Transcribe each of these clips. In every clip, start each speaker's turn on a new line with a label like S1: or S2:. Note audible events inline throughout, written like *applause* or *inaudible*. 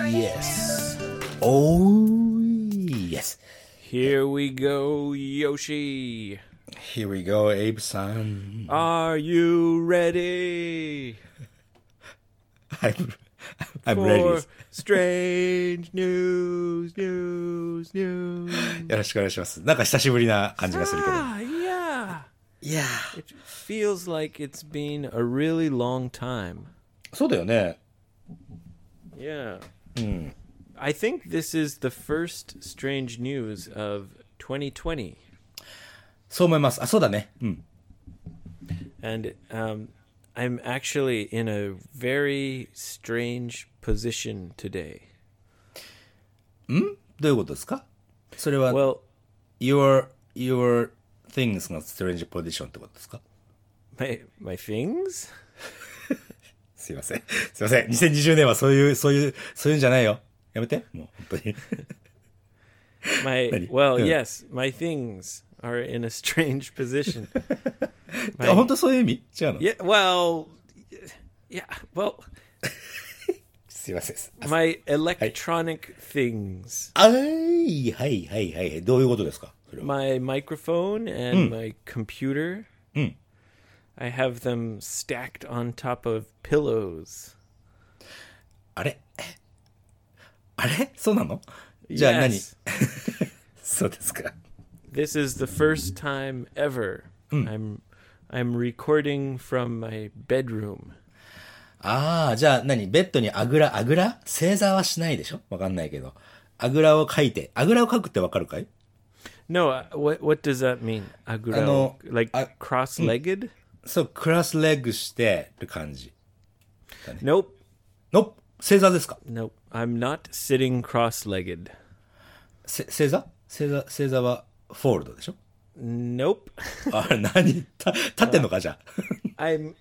S1: yes. Oh, yes.
S2: Here we go, Yoshi.
S1: Here we go, Abe san.
S2: Are you ready
S1: I'm, I'm
S2: for
S1: ready.
S2: strange news, news,
S1: *laughs*
S2: news?
S1: よろしくお願いします。なんか久しぶりな感じがするけど。
S2: Ah, yeah.
S1: いや
S2: It feels like it's been a really long time.
S1: そうだよね。
S2: Yeah. Hmm. I think this is the first strange news of 2020.
S1: そう思います。あ、そうだね。うん。
S2: And um, I'm actually in a very strange position today.
S1: どういうことですかそれは、
S2: Well,
S1: your, your things の strange position ってことですか
S2: my my things?
S1: すいません。すいません。2020年はそういう、そういう、そういうんじゃないよ。やめて。もう、本 *laughs* 当に。
S2: My well,
S1: Yeah.
S2: yes, my things are in a strange *laughs* position.
S1: あ、本当そういう意味違うの
S2: Yeah, well, yeah, well,
S1: すいません。あ
S2: my electronic things,
S1: あーい、はい、はい、はい。どういうことですかそれは
S2: my microphone and my computer. I have them stacked on top of pillows.
S1: あれ *laughs* あれそうなのじゃあ何
S2: Yes.
S1: そうですか。
S2: This is the first time ever I'm I'm recording from my bedroom.
S1: ああ、じゃあ何ベッドにあぐら、あぐら正座はしないでしょわかんないけど。あぐらを書いて。あぐらを書くってわかるかい
S2: No, uh, what what does that mean? Aguro,
S1: あの、
S2: like
S1: あ、
S2: cross-legged?
S1: そう、クラスレッグしてる感じ。
S2: Nope,
S1: の、正座ですか
S2: nope. I'm not sitting cross-legged.
S1: せ正座正座、正座はフォールドでし
S2: *laughs*
S1: ょ
S2: Nope.
S1: あれ何た立ってんのかじゃあ。
S2: I'm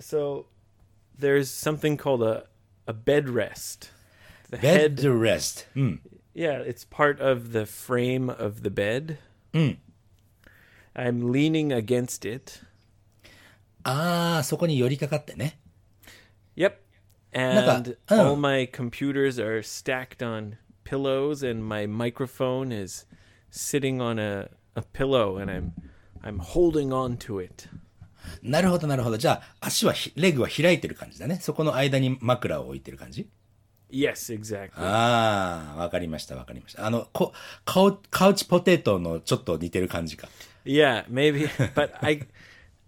S2: so there's something called a a bed rest.
S1: ベ
S2: The
S1: ッ *laughs*
S2: head,
S1: ドレスト。うん。
S2: yeah, it's part of the frame of the bed. I'm leaning against it.
S1: ああ、そこに寄りかかってね。
S2: Yep. And
S1: oh.
S2: all my computers are stacked on pillows and my microphone is sitting on a, a pillow and I'm I'm holding on to it.
S1: なるほど、なるほど。じゃあ、足はひ、レグは開いてる感じだね。そこの間に枕を置いてる感じ
S2: Yes, exactly.
S1: Ah. ああ、わかりました、わかりました。あの、こ、カウ、カウチポテトのちょっと似てる感じか。
S2: yeah, maybe but I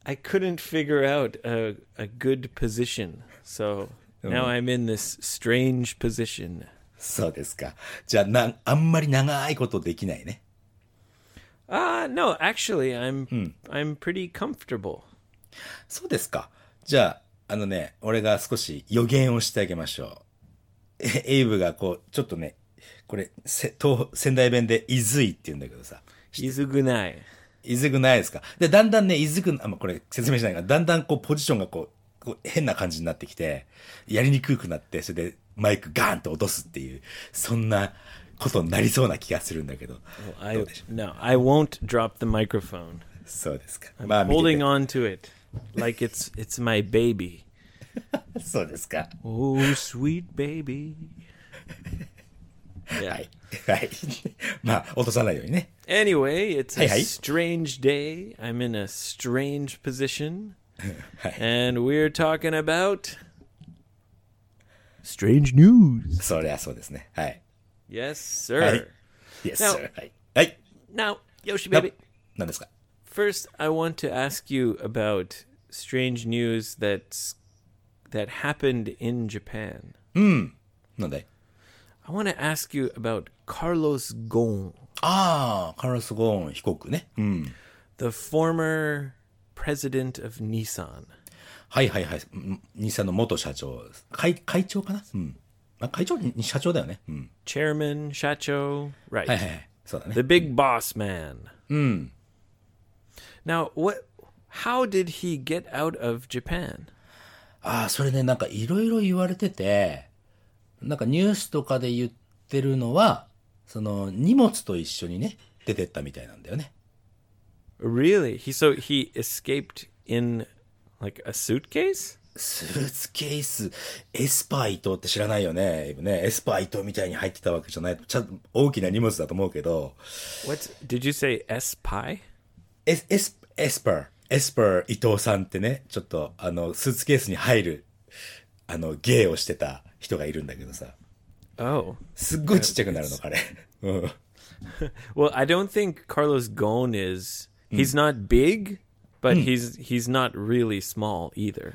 S2: I couldn't figure out a a good position. So now I'm in this strange position.
S1: そうですか。じゃあ、な、あんまり長いことできないね。
S2: Ah, no, actually I'm I'm pretty comfortable.
S1: そうですか。じゃあ、あのね、俺が少し予言をしてあげましょう。えエイブがこう、ちょっとね、これ、せ、東、仙台弁で、いずいって言うんだけどさ。
S2: Izugunai.
S1: いずくないですか。で、だんだんね、いずく、あ、まあこれ説明しないから、だんだんこうポジションがこう、こう変な感じになってきて、やりにくくなって、それでマイクガーンと落とすっていう、そんなことになりそうな気がするんだけど。ど
S2: I
S1: うでしょ
S2: no, I won't drop the microphone.
S1: うそうですか。
S2: I'm
S1: まあ、見てて
S2: holding on to it like it's it's my baby.
S1: そうですか。
S2: Oh, sweet baby.
S1: *laughs*
S2: Yeah.
S1: はい。 *laughs* はい。まあ、落とさないようにね。
S2: Anyway, it's a
S1: Hey, hey.
S2: strange day. I'm in a strange position,
S1: はい。
S2: and we're talking about strange news.
S1: そりゃそうですね。はい。
S2: Yes, sir.
S1: Hey. Yes,
S2: Now-
S1: sir. はい。はい。
S2: Now, Yoshi baby,
S1: 何ですか
S2: first I want to ask you about strange news that's that happened in Japan.
S1: なんで
S2: I want to ask you about Carlos Ghosn,
S1: ああ、カルロス・ゴーン被告ね。うん。
S2: the former president of Nissan.
S1: はいはいはい。ん日産の元社長。会、会長かなうん。あ会長に社長だよね。うん。
S2: Chairman, Shacho, right.
S1: はいはいはい。そうだね。
S2: The big boss man. Now, what how did he get out of Japan?
S1: ああ、それね、なんかいろいろ言われてて、なんかニュースとかで言ってるのは、その荷物と一緒にね、出てったみたいなんだよね。
S2: Really? He so he escaped in like a suitcase?
S1: スーツケース、エスパー伊藤って知らないよね。エイブね、エスパー伊藤みたいに入ってたわけじゃない。ちゃんと大きな荷物だと思うけど、
S2: What's did you say S Pie?
S1: エス、エス、エスパー、エスパー伊藤さんってね、ちょっとあの、スーツケースに入る、あの、芸をしてた人がいるんだけどさ。
S2: Oh.
S1: すっごいちっちゃくなるの、彼。うん。
S2: Well, I don't think Carlos Ghosn is he's not big, but he's he's not really small either.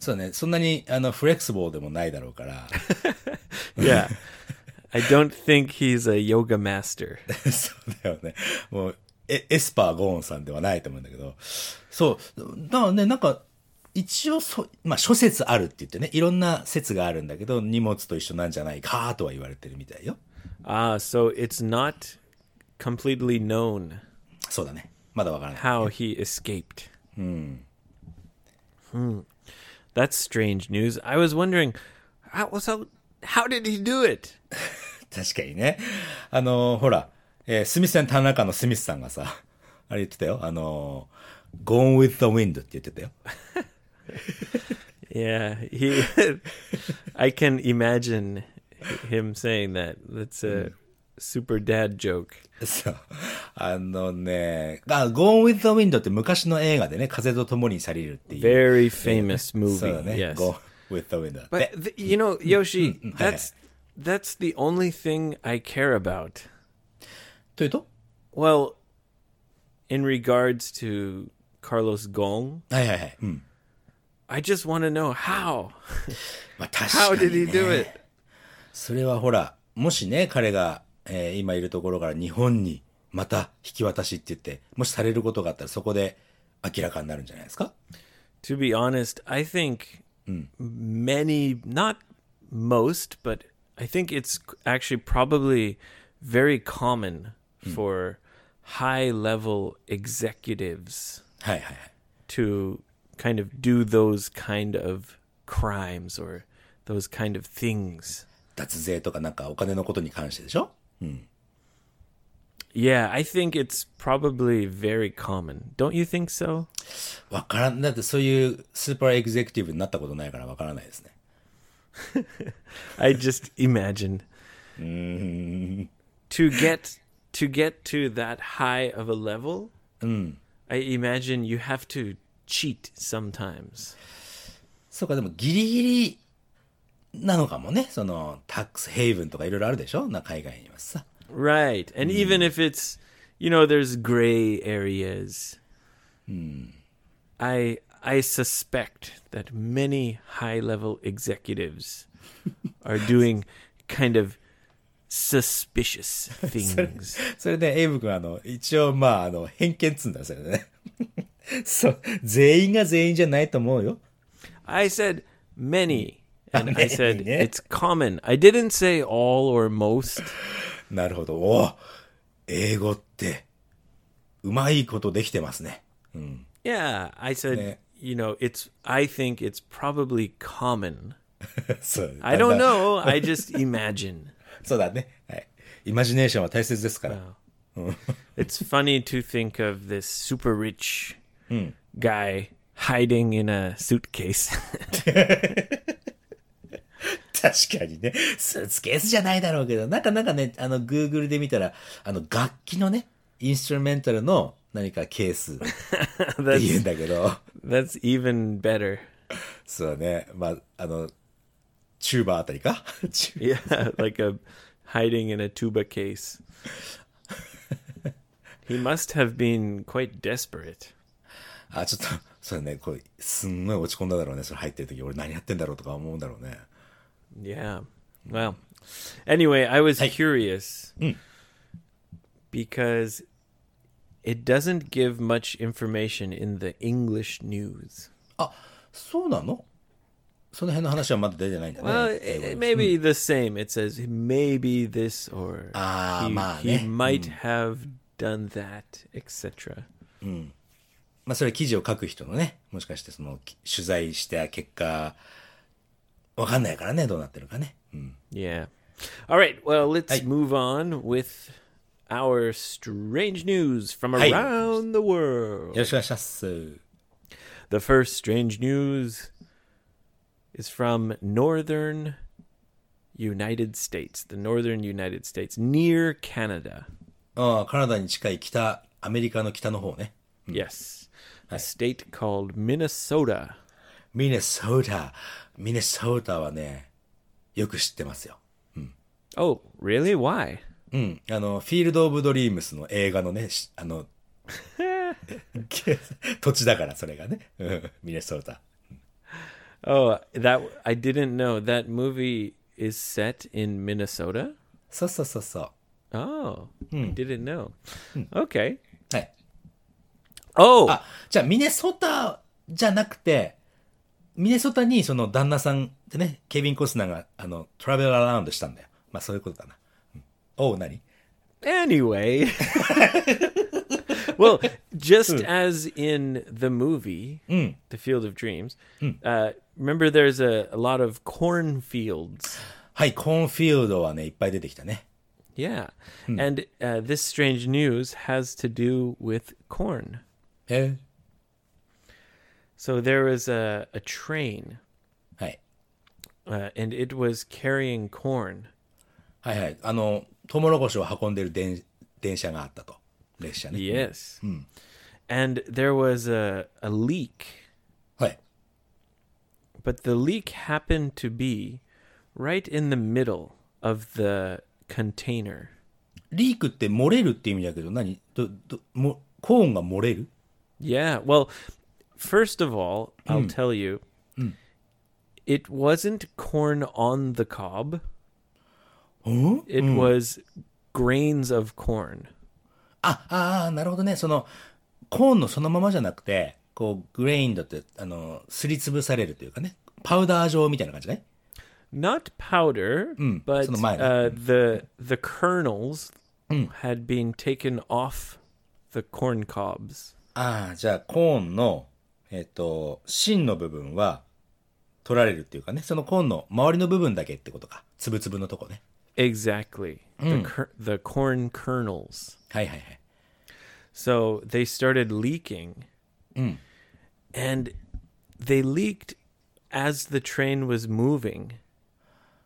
S1: そうね、そんなに、あの、フレキシブルでもないだろうから。
S2: Yeah. I don't think he's a yoga master.
S1: *laughs* そうだよね。もう、エエスパーゴーンさんではないと思うんだけど。そう。だからね、なんか、一応そ、まあ、諸説あるって言ってね、いろんな説があるんだけど、荷物と一緒なんじゃないかとは言われてるみたいよ。
S2: Ah, so it's not completely known
S1: そうだね。まだわからない。
S2: how he escaped. Hmm. That's strange news. I was wondering how was how, how did he do it?
S1: *laughs* 確かにね。あのーほら、えースミスさん、田中のスミスさんがさ、あれ言ってたよ。あのー、Gone with the Wind って言ってたよ。 *laughs*
S2: Yeah, he. *laughs* I can imagine him saying that. That's a super dad joke.
S1: そう。あのね、あ、Gone with the Wind って昔の映画でね、風と共に去りるっていう。
S2: Very famous
S1: そう
S2: movie.
S1: だね。
S2: Yes,
S1: Go with the wind だって。
S2: but th- you know, Yoshi, that's that's the only thing I care about.
S1: というと
S2: Well, in regards to Carlos Gong,
S1: はいはいはい。うん。
S2: I just want to know how.
S1: まあ確か
S2: How
S1: に、ね。
S2: did he do it?
S1: それはほら、もしね、彼が、えー今いるところから日本にまた引き渡しって言って、もしされることがあったらそこで明らかになるんじゃないですか
S2: To be honest, I think many, not most, but I think it's actually probably very common for high level executives
S1: はいはいはい。
S2: to kind of do those kind of crimes or those kind of things.
S1: 脱税とかなんかお金のことに関してでしょ
S2: Yeah, I think it's probably very common. Don't you think so?
S1: わからん。だってそういうスーパーエグゼクティブになったことないからわからないですね。
S2: I just imagine to get to get to that high of a level. I imagine you have to cheat sometimes.
S1: そうか、でもギリギリなのかもね。その、タックスヘイブンとかいろいろあるでしょな、海外にはさ。
S2: Right. And even if it's you know there's gray areas. I I suspect that many high-level executives are doing kind of suspicious things.
S1: それで、エイブ君、あの、一応、まあ、あの、偏見っつうんだよ、それでね。 *laughs* そう、全員が全員じゃないと思うよ。
S2: I said many. And
S1: *laughs*
S2: I said
S1: Many, yeah.
S2: it's common. I didn't say all or most.
S1: なるほど。おー英語って、うまいことできてますね。
S2: Yeah, I said
S1: Yeah.
S2: you know, it's I think it's probably common.
S1: そう。
S2: I don't
S1: だんだん *laughs*
S2: know. I just imagine.
S1: そうだね。はい。イマジネーションは大切ですから。
S2: It's funny to think of this super rich
S1: Hmm.
S2: guy hiding in a suitcase. *laughs*
S1: *laughs* 確かにね。スーツケースじゃないだろうけど、なんかなんかね、あの、Google で見たら、あの、楽器のね、インストゥルメンタルの何かケースって言うんだけど、
S2: That's even better. *laughs*
S1: そうね。まあ、あの、チューバーあたりか *laughs* チュー
S2: Yeah, like a hiding in a
S1: *laughs*
S2: tuba case. He must have been quite desperate.
S1: あ、ちょっと、そうだね、こう、すんごい落ち込んだだろうね。それ入ってる時、俺何やってんだろうとか思うんだろうね。
S2: Yeah. Well, anyway, I was curious because it doesn't give much information in the English news.
S1: あ、そうなのその辺の話はまだ出てないんだね。
S2: Well, it,
S1: 英語
S2: it
S1: で
S2: may be the same. It says maybe this or
S1: Ah,
S2: he,
S1: ma,
S2: he
S1: ne.
S2: might have done that, etc.
S1: まあ、それは記事を書く人のね、もしかしてその、き取材した結果、わかんないからね、どうなってるかね。うん
S2: Yeah. All right. Well, let's move on with our strange news from
S1: Hey.
S2: around the
S1: よ
S2: world.
S1: ろしくお願いします。
S2: The first strange news is from northern United States, the northern United States, near Canada.
S1: ああ、カナダに近い北、アメリカの北の方ね。
S2: Hmm. Yes. A state called Minnesota.
S1: ミネソータ。ミネソータはね、よく知ってますよ。
S2: Oh, really? Why?
S1: うん。あの、フィールド・オブ・ドリームスの映画のね、しあの、土地だから、それがね。うんミネソータ。
S2: Oh, that I didn't know that movie is set in Minnesota.
S1: そうそうそうそう。
S2: Oh, I didn't know. Okay.
S1: はい。
S2: Oh,
S1: あ、じゃあ、ミネソータじゃなくて、ミネソータにその旦那さんでね、ケビン・コスナーが、あの、トラベル・アラウンドしたんだよ。まあ、そういうことだな。うん、おう、何
S2: anyway. *laughs* well, just as in the movie, The Field of Dreams, uh, remember there's a, a lot of cornfields.
S1: はい、コーンフィールドはね、いっぱい出てきたね。
S2: Yeah. And uh, this strange news has to do with corn.
S1: え
S2: So there was a, a train,
S1: はい。
S2: uh, and it was carrying corn.
S1: はいはい。あの、トウモロコシを運んでる電電車があったと。列車ね。
S2: Yes. And there was a, a leak,
S1: はい。
S2: but the leak happened to be right in the middle of the container.
S1: リークって漏れるって意味だけど、何ど、ど、も、コーンが漏れる
S2: Yeah. Well, first of all, I'll tell you it wasn't corn on the cob,
S1: ん
S2: it was grains of corn.
S1: あ、ああ、なるほどね。その、コーンのそのままじゃなくて、こう、グレインドって、あの、すりつぶされるというかね、パウダー状みたいな感じね。
S2: Not powder, but
S1: その前ね。
S2: uh, the the kernels had been taken off the corn cobs.
S1: ああ、じゃあ、コーンの、えっ、と、芯の部分は、取られるっていうかね、そのコーンの周りの部分だけってことか。つぶつぶのとこね。
S2: Exactly. The ker- the corn kernels.
S1: はいはいはい。
S2: So they started leaking. And they leaked as the train was moving.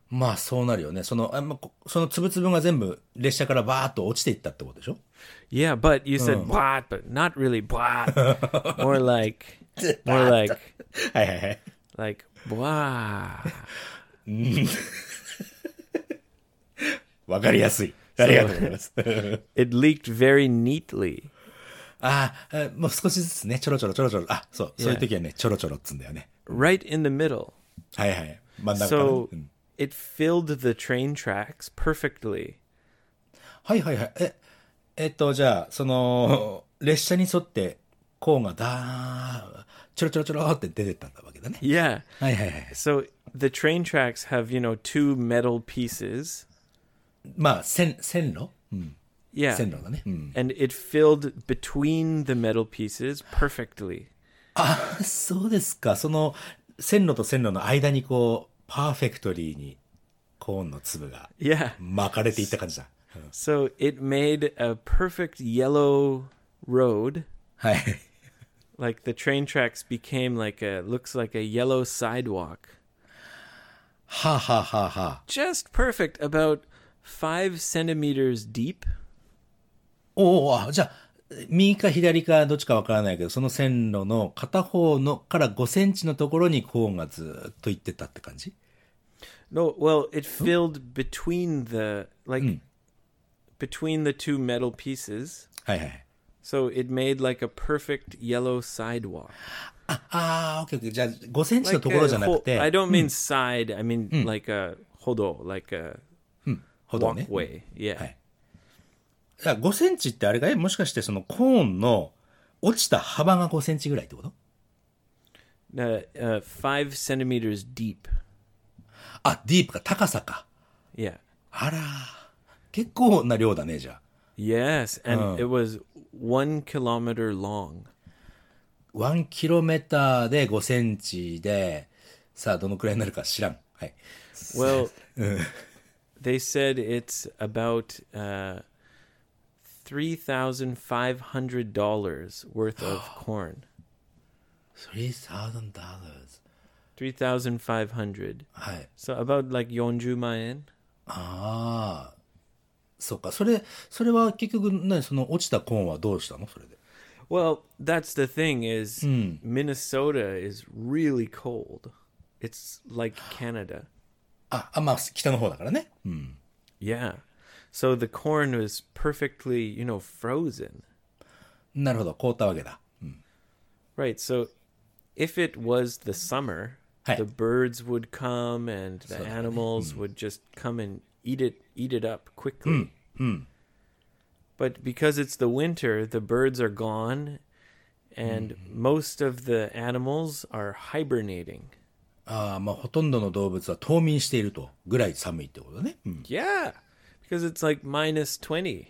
S1: まあ、そうなるよね。その、あまあこそのつぶつぶが全部、列車からバーッと落ちていったってことでしょ
S2: Yeah, but you said blah, but not really blah. more like more like
S1: はいはいはい。
S2: like blah.
S1: わかりやすい。ありがとうございます。
S2: It leaked very neatly.
S1: ああ、えもう少しずつね、ちょろちょろちょろちょろ。あ、そう、そういう時はね、ちょろちょろっつうんだよね。
S2: right in the middle.
S1: はいはい。真ん中からね、
S2: So
S1: うん
S2: it filled the train tracks perfectly.
S1: はいはいはい。え、えっと、じゃあ、その、列車に沿って、コーンがダーン、ちょろちょろちょろって出てったわけだね。
S2: Yeah.
S1: はいはいはい。
S2: So the train tracks have, you know, two metal pieces.
S1: まあ、線、線路、うん、
S2: Yeah.
S1: 線路だね。うん。
S2: And it filled between the metal pieces perfectly.
S1: あ、そうですか。その、線路と線路の間にこう、パーフェクトリーに、コーンの粒が
S2: Yeah.
S1: 巻かれていった感じだ。うん、
S2: So it made a perfect yellow road.
S1: はい。
S2: Like the train tracks became like a looks like a yellow sidewalk.
S1: はあ、はあはあはあ、
S2: Just perfect, about five centimeters deep.
S1: おお、あじゃあ、右か左かどっちかわからないけど、その線路の片方のから5センチのところにコーンがずーっと行ってたって感じ
S2: No, well, it filled between the like between the two metal pieces.
S1: はいはいはい。
S2: So it made like a perfect yellow sidewalk.
S1: ああ、オッケーオッケー。じゃあ、5センチの
S2: Like
S1: ところじゃ
S2: a Hmm.
S1: なく
S2: ho-
S1: て、
S2: I don't mean side. I mean like a hodo, like a Hmm.
S1: 歩道ね。
S2: walkway. Yeah.
S1: はい。じゃあ5センチってあれがいもしかしてそのコーンの落ちた幅が5センチぐらいってこと
S2: Uh, uh, five centimeters deep.
S1: あ、ディープか、高さか。
S2: Yeah.
S1: あらー、結構な量だね、じゃあ。
S2: Yes, and it was one kilometer *laughs* long.
S1: 1キロメーターで5センチで、さあ、どのくらいになるか知らん。はい。
S2: *laughs* Well, they said it's about uh, three thousand five hundred *gasps* dollars worth of corn.
S1: 3,000 dollars.
S2: 3,500.
S1: はい。
S2: So about like 40万円
S1: ああ。そうか。それ、それは結局、何、その落ちたコーンはどうしたのそれで。
S2: Well, that's the thing is Minnesota is really cold. It's like Canada.
S1: あ、あ、まあ、北の方だからね。うん。
S2: Yeah. So the corn was perfectly, you know, frozen.
S1: なるほど。凍ったわけだ。
S2: Right. So if it was the summer,
S1: Hey.
S2: the birds would come and the animals would just come and eat it eat it up quickly. But because it's the winter, the birds are gone and most of the animals are hibernating.
S1: ああ、まあ、ほとんどの動物は冬眠していると。ぐらい寒いってことだね。うん。
S2: Yeah. Because it's like minus 20.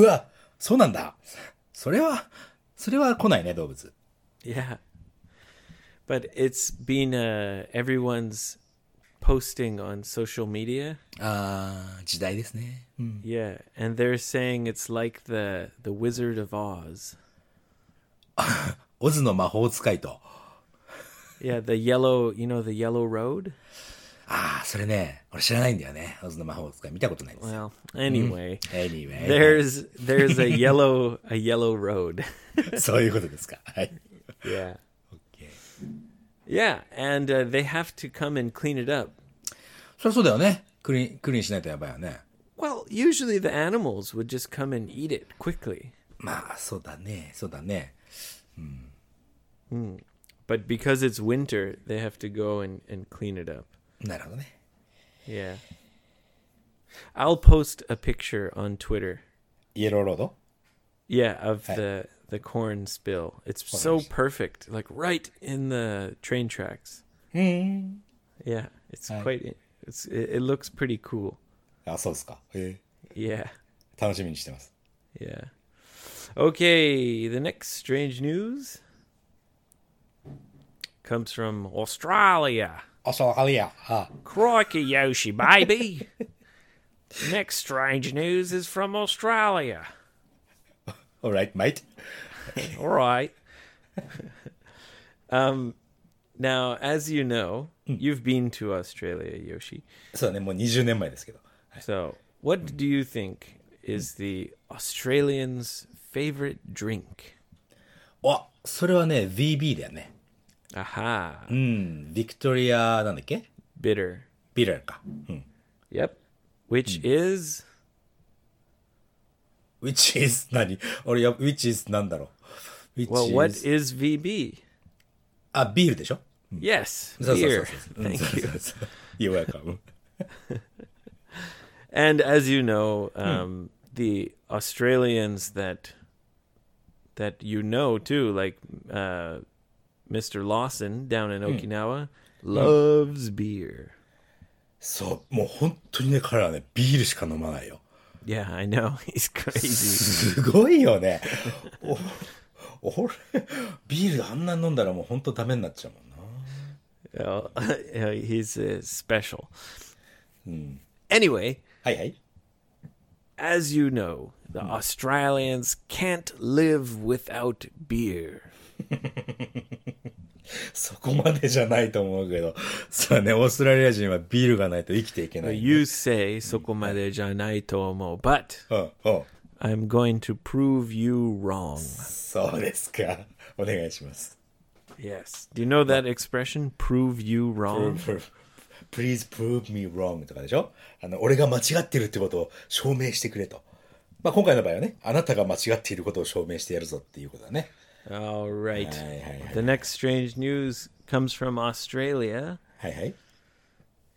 S1: うわ、そうなんだ。それは、それは来ないね、動物。
S2: Yeah. But it's been uh, everyone's posting on social media.
S1: ああ、時代ですね。うん。
S2: Yeah, and they're saying it's like the the Wizard of Oz.
S1: オズの魔法使いと。
S2: Yeah, the yellow, you know, the yellow road.
S1: ああ、それね、俺知らないんだよね。オズの魔法使い見たことないです。
S2: Well, anyway,
S1: Anyway.
S2: there's there's a yellow a yellow road.
S1: *laughs*
S2: *laughs*
S1: そういうことですか。はい。
S2: yeah.
S1: Okay.
S2: Yeah, and uh, they have to come and clean it up.
S1: そりゃそうだよね。クリーン、クリーンしないとやばいよね。
S2: Well, usually the animals would just come and eat it quickly.
S1: まあ、そうだね、そうだね。
S2: But because it's winter, they have to go and, and clean it up.
S1: なるほどね。
S2: Yeah. I'll post a picture on Twitter.
S1: イエローロード
S2: Yeah, of the the corn spill. It's so perfect, like right in the train tracks. Yeah, it's quite. It's it, it looks pretty cool.
S1: あ、そうですか。へ
S2: Yeah,
S1: え楽しみにしてます。
S2: yeah. Okay, the next strange news comes from Australia.
S1: あ、そう、あれや。あ
S2: Crikey Yoshi, baby. *laughs* next strange news is from Australia.
S1: Alright, mate.
S2: All right. *laughs* um, now, as you know, you've been to Australia, Yoshi.
S1: そうだね、もう20年前ですけど。
S2: So, what do you think is the Australians' favorite drink?
S1: あ、それはね、VB だよね。
S2: Aha,
S1: うん、ビクトリア、なんだっけ
S2: bitter.
S1: ビラルか。うん。
S2: Yep. Which is
S1: which is 何俺や、which is なんだろう ?which
S2: well,
S1: is,
S2: what is VB?
S1: あ、ビールでしょ
S2: Yes,
S1: そうそうそ
S2: beer.
S1: うそう。うん
S2: Thank
S1: そう
S2: you.
S1: そうそう You're welcome.
S2: And as you know, um, the Australians that that you know too, like uh, Mr. Lawson down in Okinawa, loves beer.
S1: そう、もう本当にね、彼らはね、ビールしか飲まないよ。
S2: Yeah, I know *laughs*
S1: *laughs*
S2: he's crazy.
S1: すごいよね。お俺、ビールあんな飲んだらもう本当ダメになっちゃうもんな。
S2: Oh, *laughs* yeah, he's uh, special. Anyway,
S1: はいはい。
S2: as you know, the Australians can't live without beer.
S1: そこまでじゃないと思うけど。そうだね、オーストラリア人はビールがないと生きていけない。
S2: You say そこまでじゃないと思う, but
S1: うん、うん。
S2: I'm going to prove you wrong.
S1: そうですか。お願いします。
S2: Yes. Do you know that expression? Prove you wrong.
S1: Please prove me wrong とかでしょあの、俺が間違ってるってことを証明してくれと。まあ、今回の場合はね、あなたが間違っていることを証明してやるぞっていうことだね。
S2: All right.
S1: Hey, hey, hey.
S2: The next strange news comes from Australia,
S1: はいはい。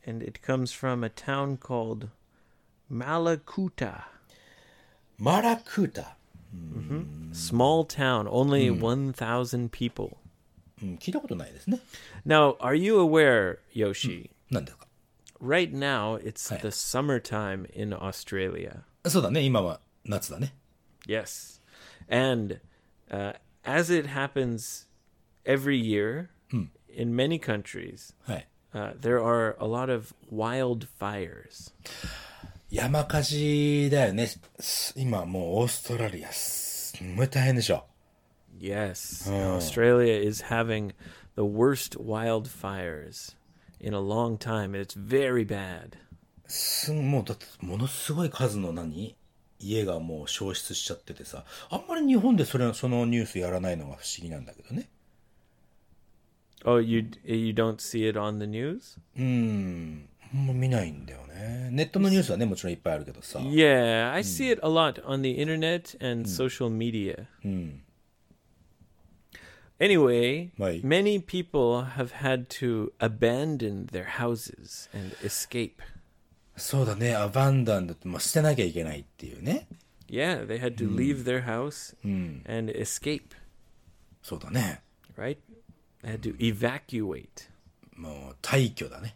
S2: and it comes from a town called Malakuta.
S1: マラクータ。
S2: Small town, only 1,000 people.
S1: うん、聞いたことないですね。
S2: Now, are you aware, Yoshi?
S1: なんですか
S2: Right now, it's
S1: Hey.
S2: the summertime in Australia.
S1: そうだね、今は夏だね。
S2: Yes. And uh, as it happens every year in many countries,
S1: はい。
S2: uh, there are a lot of wildfires.
S1: 山火事だよね。す今もうオーストラリア、すんごい大変でしょ。
S2: Oh. Yes. Australia is having the worst wildfires in a long time, and it's very bad.
S1: すんもうだってものすごい数の何家がもう消失しちゃっててさあんまり日本でそれそのニュースやらないのが不思議なんだけどね
S2: Oh, you you don't see it on the news?
S1: うんあんま見ないんだよねネットのニュースはねもちろんいっぱいあるけどさ
S2: Yeah, I see it a lot on the internet and social media. Anyway,
S1: Right.
S2: many people have had to abandon their houses and escape.
S1: そうだねアバンダンだって、まあ、捨てなきゃいけないっていうね
S2: Yeah, they had to leave their house and escape,
S1: そうだね
S2: right? They had to evacuate.
S1: もう退去だね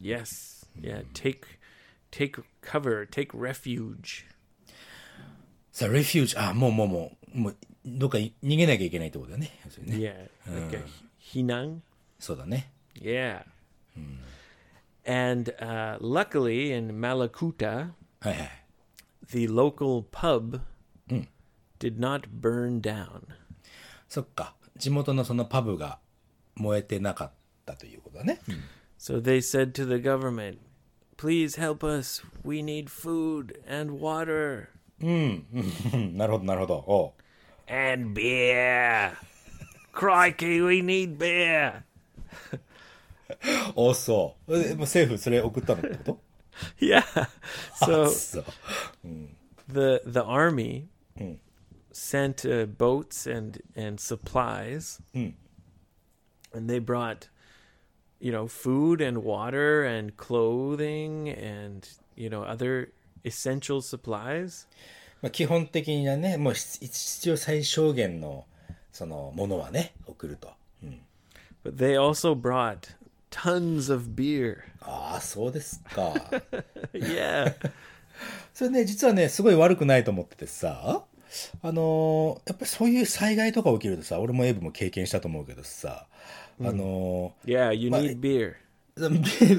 S2: Yes. Yeah, take take cover, take refuge.
S1: さあ refuge あもうもうもうもうどっかに逃げなきゃいけないってことだよね要するにね
S2: Yeah. Like a hinang.
S1: そうだね
S2: Yeah. Hmm. And uh, luckily in Malakuta,
S1: はいはい
S2: the local pub Hmm. did not burn down.
S1: そっか地元のそのパブが燃えてなかったということだね、
S2: So they said to the government, please help us. We need food and water
S1: うんなるほどなるほどおう
S2: and beer. *laughs* Crikey, we need beer.
S1: おそうえもう政府それ送ったのってこと
S2: Yeah. So
S1: そう
S2: the the army sent uh, boats and and supplies, and they brought, you know, food and water and clothing and you know other essential supplies.
S1: まあ、基本的なねもう必必要最小限のそのものはね送ると
S2: But they also brought tons of beer.
S1: ああそうです *laughs* か
S2: yeah.
S1: それね実はねすごい悪くないと思っててさあのーやっぱりそういう災害とか起きるとさ俺もエイブも経験したと思うけどさあのー
S2: Yeah, you
S1: But-
S2: need beer.
S1: ビ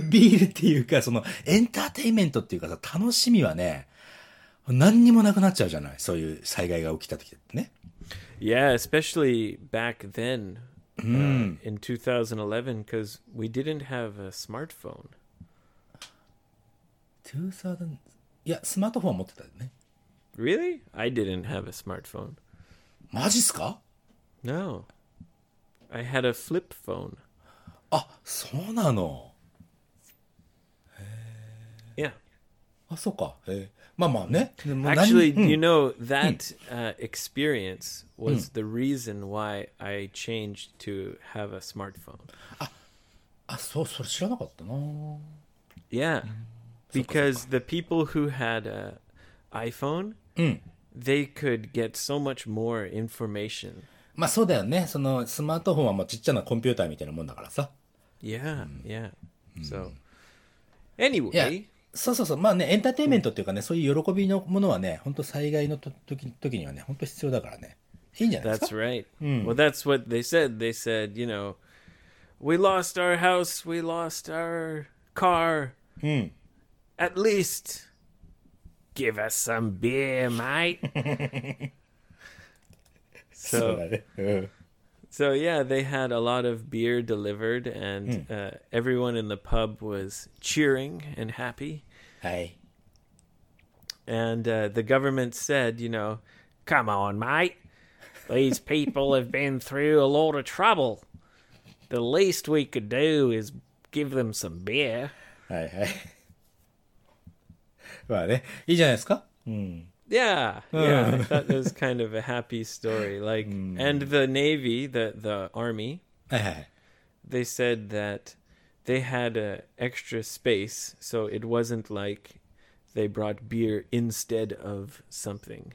S1: ビールっていうか、そのエンターテインメントっていうかさ、楽しみはね、何にもなくなっちゃうじゃないそういう災害が起きた時ってね。
S2: Yeah, especially back then uh, in 2011 cuz we didn't have a smartphone.
S1: 2000いや、スマートフォン持ってたよね。
S2: Really? I didn't have a smartphone.
S1: マジっすか
S2: No. I had a flip phone.
S1: あ、そうなの。
S2: Yeah.
S1: あ、そうか。えーまあまあね。でも何
S2: Actually,
S1: うん
S2: you know, that uh, experience was the reason why I changed to have a smartphone.
S1: あ、そう、それ知らなかったな
S2: Yeah. Because the people who had a iPhone, they could get so much more information.
S1: まあそうだよね。そのスマートフォンはもうちっちゃなコンピューターみたいなもんだからさ。
S2: Yeah, yeah.
S1: い
S2: So
S1: や
S2: anyway,
S1: そうそうそう。まあね、エンターテインメントっていうかね、そういう喜びのものはね、本当災害のと時時にはね、本当必要だからね。いいんじゃないですか
S2: that's Hmm. right. Well, that's what they said. They said, you know, we lost our house, we lost our car. At least give us some beer, mate. *laughs* so
S1: だね。うん。
S2: So yeah, they had a lot of beer delivered, and uh, everyone in the pub was cheering and happy.
S1: はい。
S2: And uh, the government said, you know, come on, mate, these people have been through a lot of trouble. The least we could do is give them some beer.
S1: はい *laughs* はい。まあね、いいじゃないですか
S2: Yeah, yeah. I thought that was kind of a happy story. Like, and the navy, the the army,
S1: はいはい。
S2: they said that they had uh, extra space, so it wasn't like they brought beer instead of something.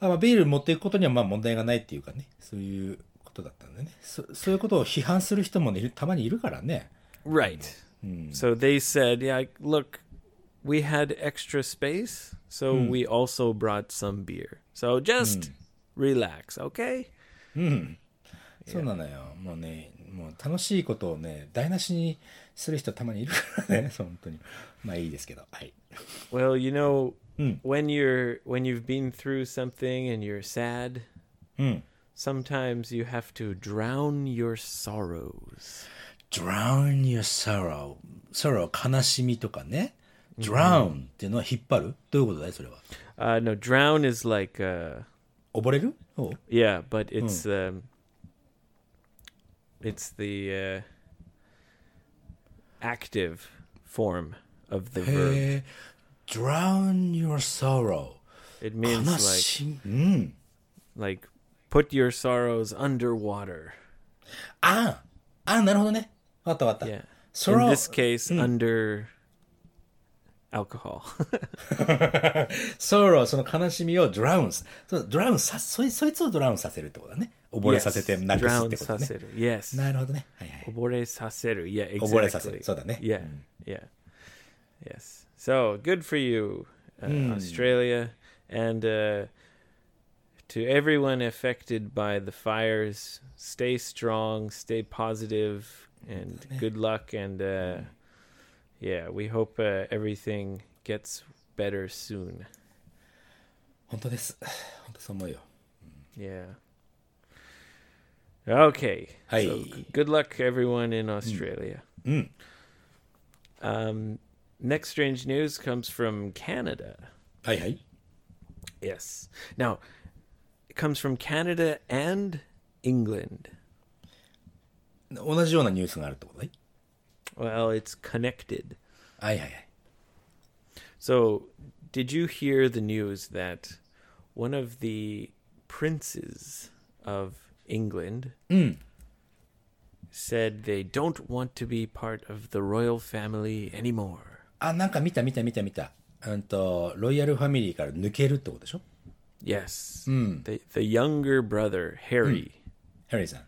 S1: あまあ、ビール持っていくことにはまあ問題がないっていうかね、そういうことだったんだね。そそういうことを批判する人もね、いるたまにいるからね。
S2: Right. So they said, yeah, look, we had extra space, so we also brought some beer. So just relax, okay?
S1: そうなのよ。もうね、もう楽しいことをね、台無しにする人たまにいるからね、そう本当に。まあいいですけど。はい。
S2: Well, you know, when you're when you've been through something and you're sad, Sometimes you have to drown your sorrows.
S1: drown your sorrow. sorrow, 悲しみとかね。drown っていうのは引っ張るどういうことだいそれは。
S2: Uh, no, drown is like, uh,
S1: 溺れるおう
S2: yeah, but it's um, it's the uh, active form of the verb.
S1: えー drown your sorrow.
S2: It
S1: 悲
S2: means like
S1: しみ。うん。
S2: like put your sorrows underwater.
S1: ああ、あなるほどね。わかったわかった。
S2: Yeah. Hmm. In
S1: sorrow,
S2: this case, under alcohol. *laughs*
S1: sorrow その悲しみを drown すその drown さそいそいつを drown させるってことだね。溺れさせて
S2: Yes.
S1: なくすってことだ
S2: Drown
S1: ね。
S2: saseru. Yes.
S1: なるほどね。はいはい。
S2: Obore saseru. Yeah, exactly.
S1: 溺れさせる。そうだね。
S2: Yeah, yeah, yes. So good for you, uh, Australia, and uh, to everyone affected by the fires. Stay strong, stay positive, and good luck. And uh, yeah, we hope uh, everything gets better soon.
S1: 本当です。本当そう思うよ。
S2: Yeah. Okay.
S1: Hi.
S2: So g- good luck, everyone in Australia. Um, next strange news comes from Canada.
S1: はいはい。
S2: Yes. Now, it comes from Canada and England.
S1: 同じようなニュースがあるってことだい
S2: Well, it's connected.
S1: はいはいはい。
S2: So, did you hear the news that one of the princes of England said they don't want to be part of the royal family anymore?
S1: あ、なんか見た見た見た見た。うんと、ロイヤルファミリーから抜けるってことでしょ
S2: Yes. The, the younger brother, Harry.
S1: ヘリーさん。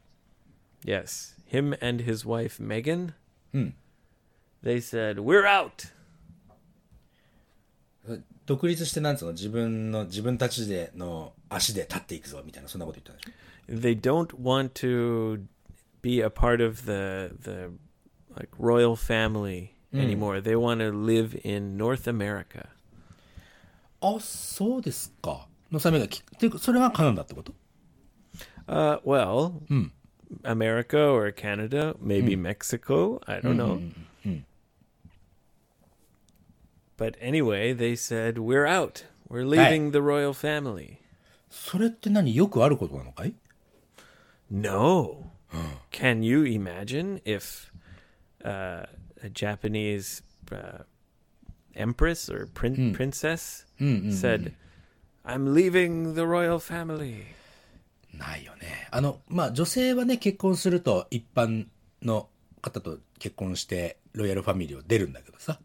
S2: Yes. Him and his wife, Meghan. They said, We're out.
S1: 独立してなんつうの自分の、自分たちでの足で立っていくぞみたいな、そんなこと言ったでしょ
S2: they don't want to be a part of the the like royal family anymore. They want to live in North America.
S1: あ、そうですか。のさめがき、ていうかそれがカナダってこと
S2: Uh, well, America or Canada, maybe Mexico. I don't know. But anyway, they said we're out. We're leaving the royal family.
S1: それって何よくあることなのかい
S2: No. Can you imagine if uh, a Japanese uh, empress or prin- princess said, I'm leaving the royal family?
S1: ないよね。あの、まあ、女性はね、結婚すると一般の方と結婚して、ロイヤルファミリーを出るんだけどさ。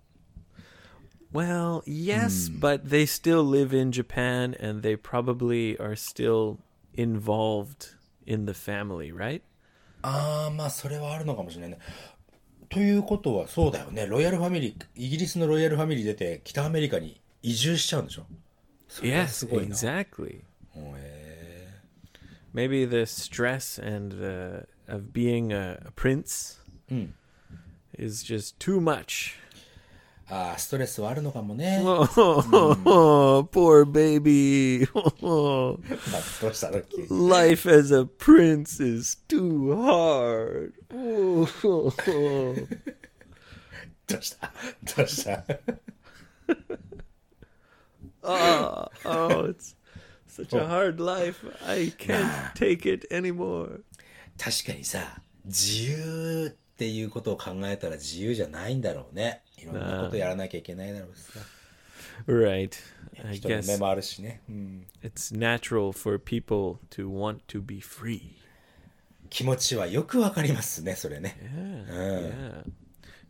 S2: Well, yes, but they still live in Japan and they probably are still involved in the family, right?
S1: ああ、まあ、それはあるのかもしれないね。ということは、そうだよね。ロイヤルファミリー、イギリスのロイヤルファミリー出て、北アメリカに移住しちゃうんでしょ
S2: Yes,
S1: すごいな。
S2: exactly.
S1: もうえ
S2: maybe the stress and the of being a, a prince is just too much.
S1: ーああ、ストレスはあるのかもね。ま
S2: Oh, *laughs* poor baby. *laughs*
S1: あどうしたの急に
S2: Life as a prince is too hard. *laughs*
S1: どうしたどうした
S2: oh, oh, it's such a hard life. I can't take it anymore.
S1: 確かにさ、自由っていうことを考えたら自由じゃないんだろうね。いろんなことやらなきゃいけないだろうしさ。
S2: Right. I
S1: 人の
S2: guess
S1: 目もあるしね。うん、
S2: it's natural for people to want to be free.
S1: 気持ちはよくわかりますね、それね。
S2: Yeah. yeah.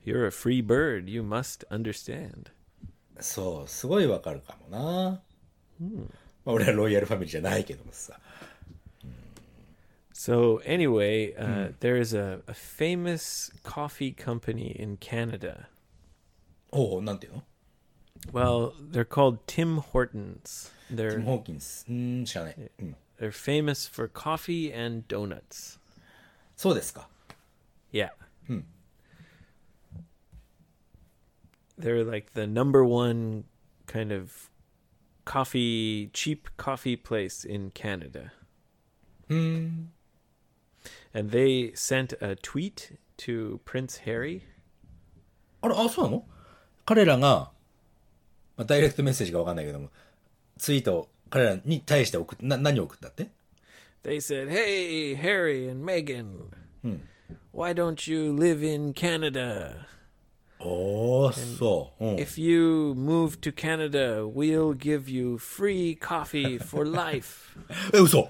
S2: You're a free bird. You must understand.
S1: そう、すごいわかるかもな。まあ、俺はロイヤルファミリーじゃないけどもさ。
S2: So, anyway, uh, there is a, a famous coffee company in Canada.
S1: おうなんていうの
S2: Well, they're called Tim Hortons.
S1: ティ
S2: They're
S1: ム・ホーキンス。うーん、知らない。うん。
S2: they're famous for coffee and donuts.
S1: そうですか。
S2: Yeah. They're like the number one kind of coffee cheap coffee place in Canada. And they sent a tweet to Prince Harry.
S1: あれ、あ、そうなの彼らが、まあ、ダイレクトメッセージがわかんないけども、ツイートを彼らに対して送っな、何を送ったって
S2: They said, "Hey, Harry and Meghan, why don't you live in Canada?
S1: おー、そう。うん。
S2: If you move to Canada, we'll give you free coffee for life."
S1: え、嘘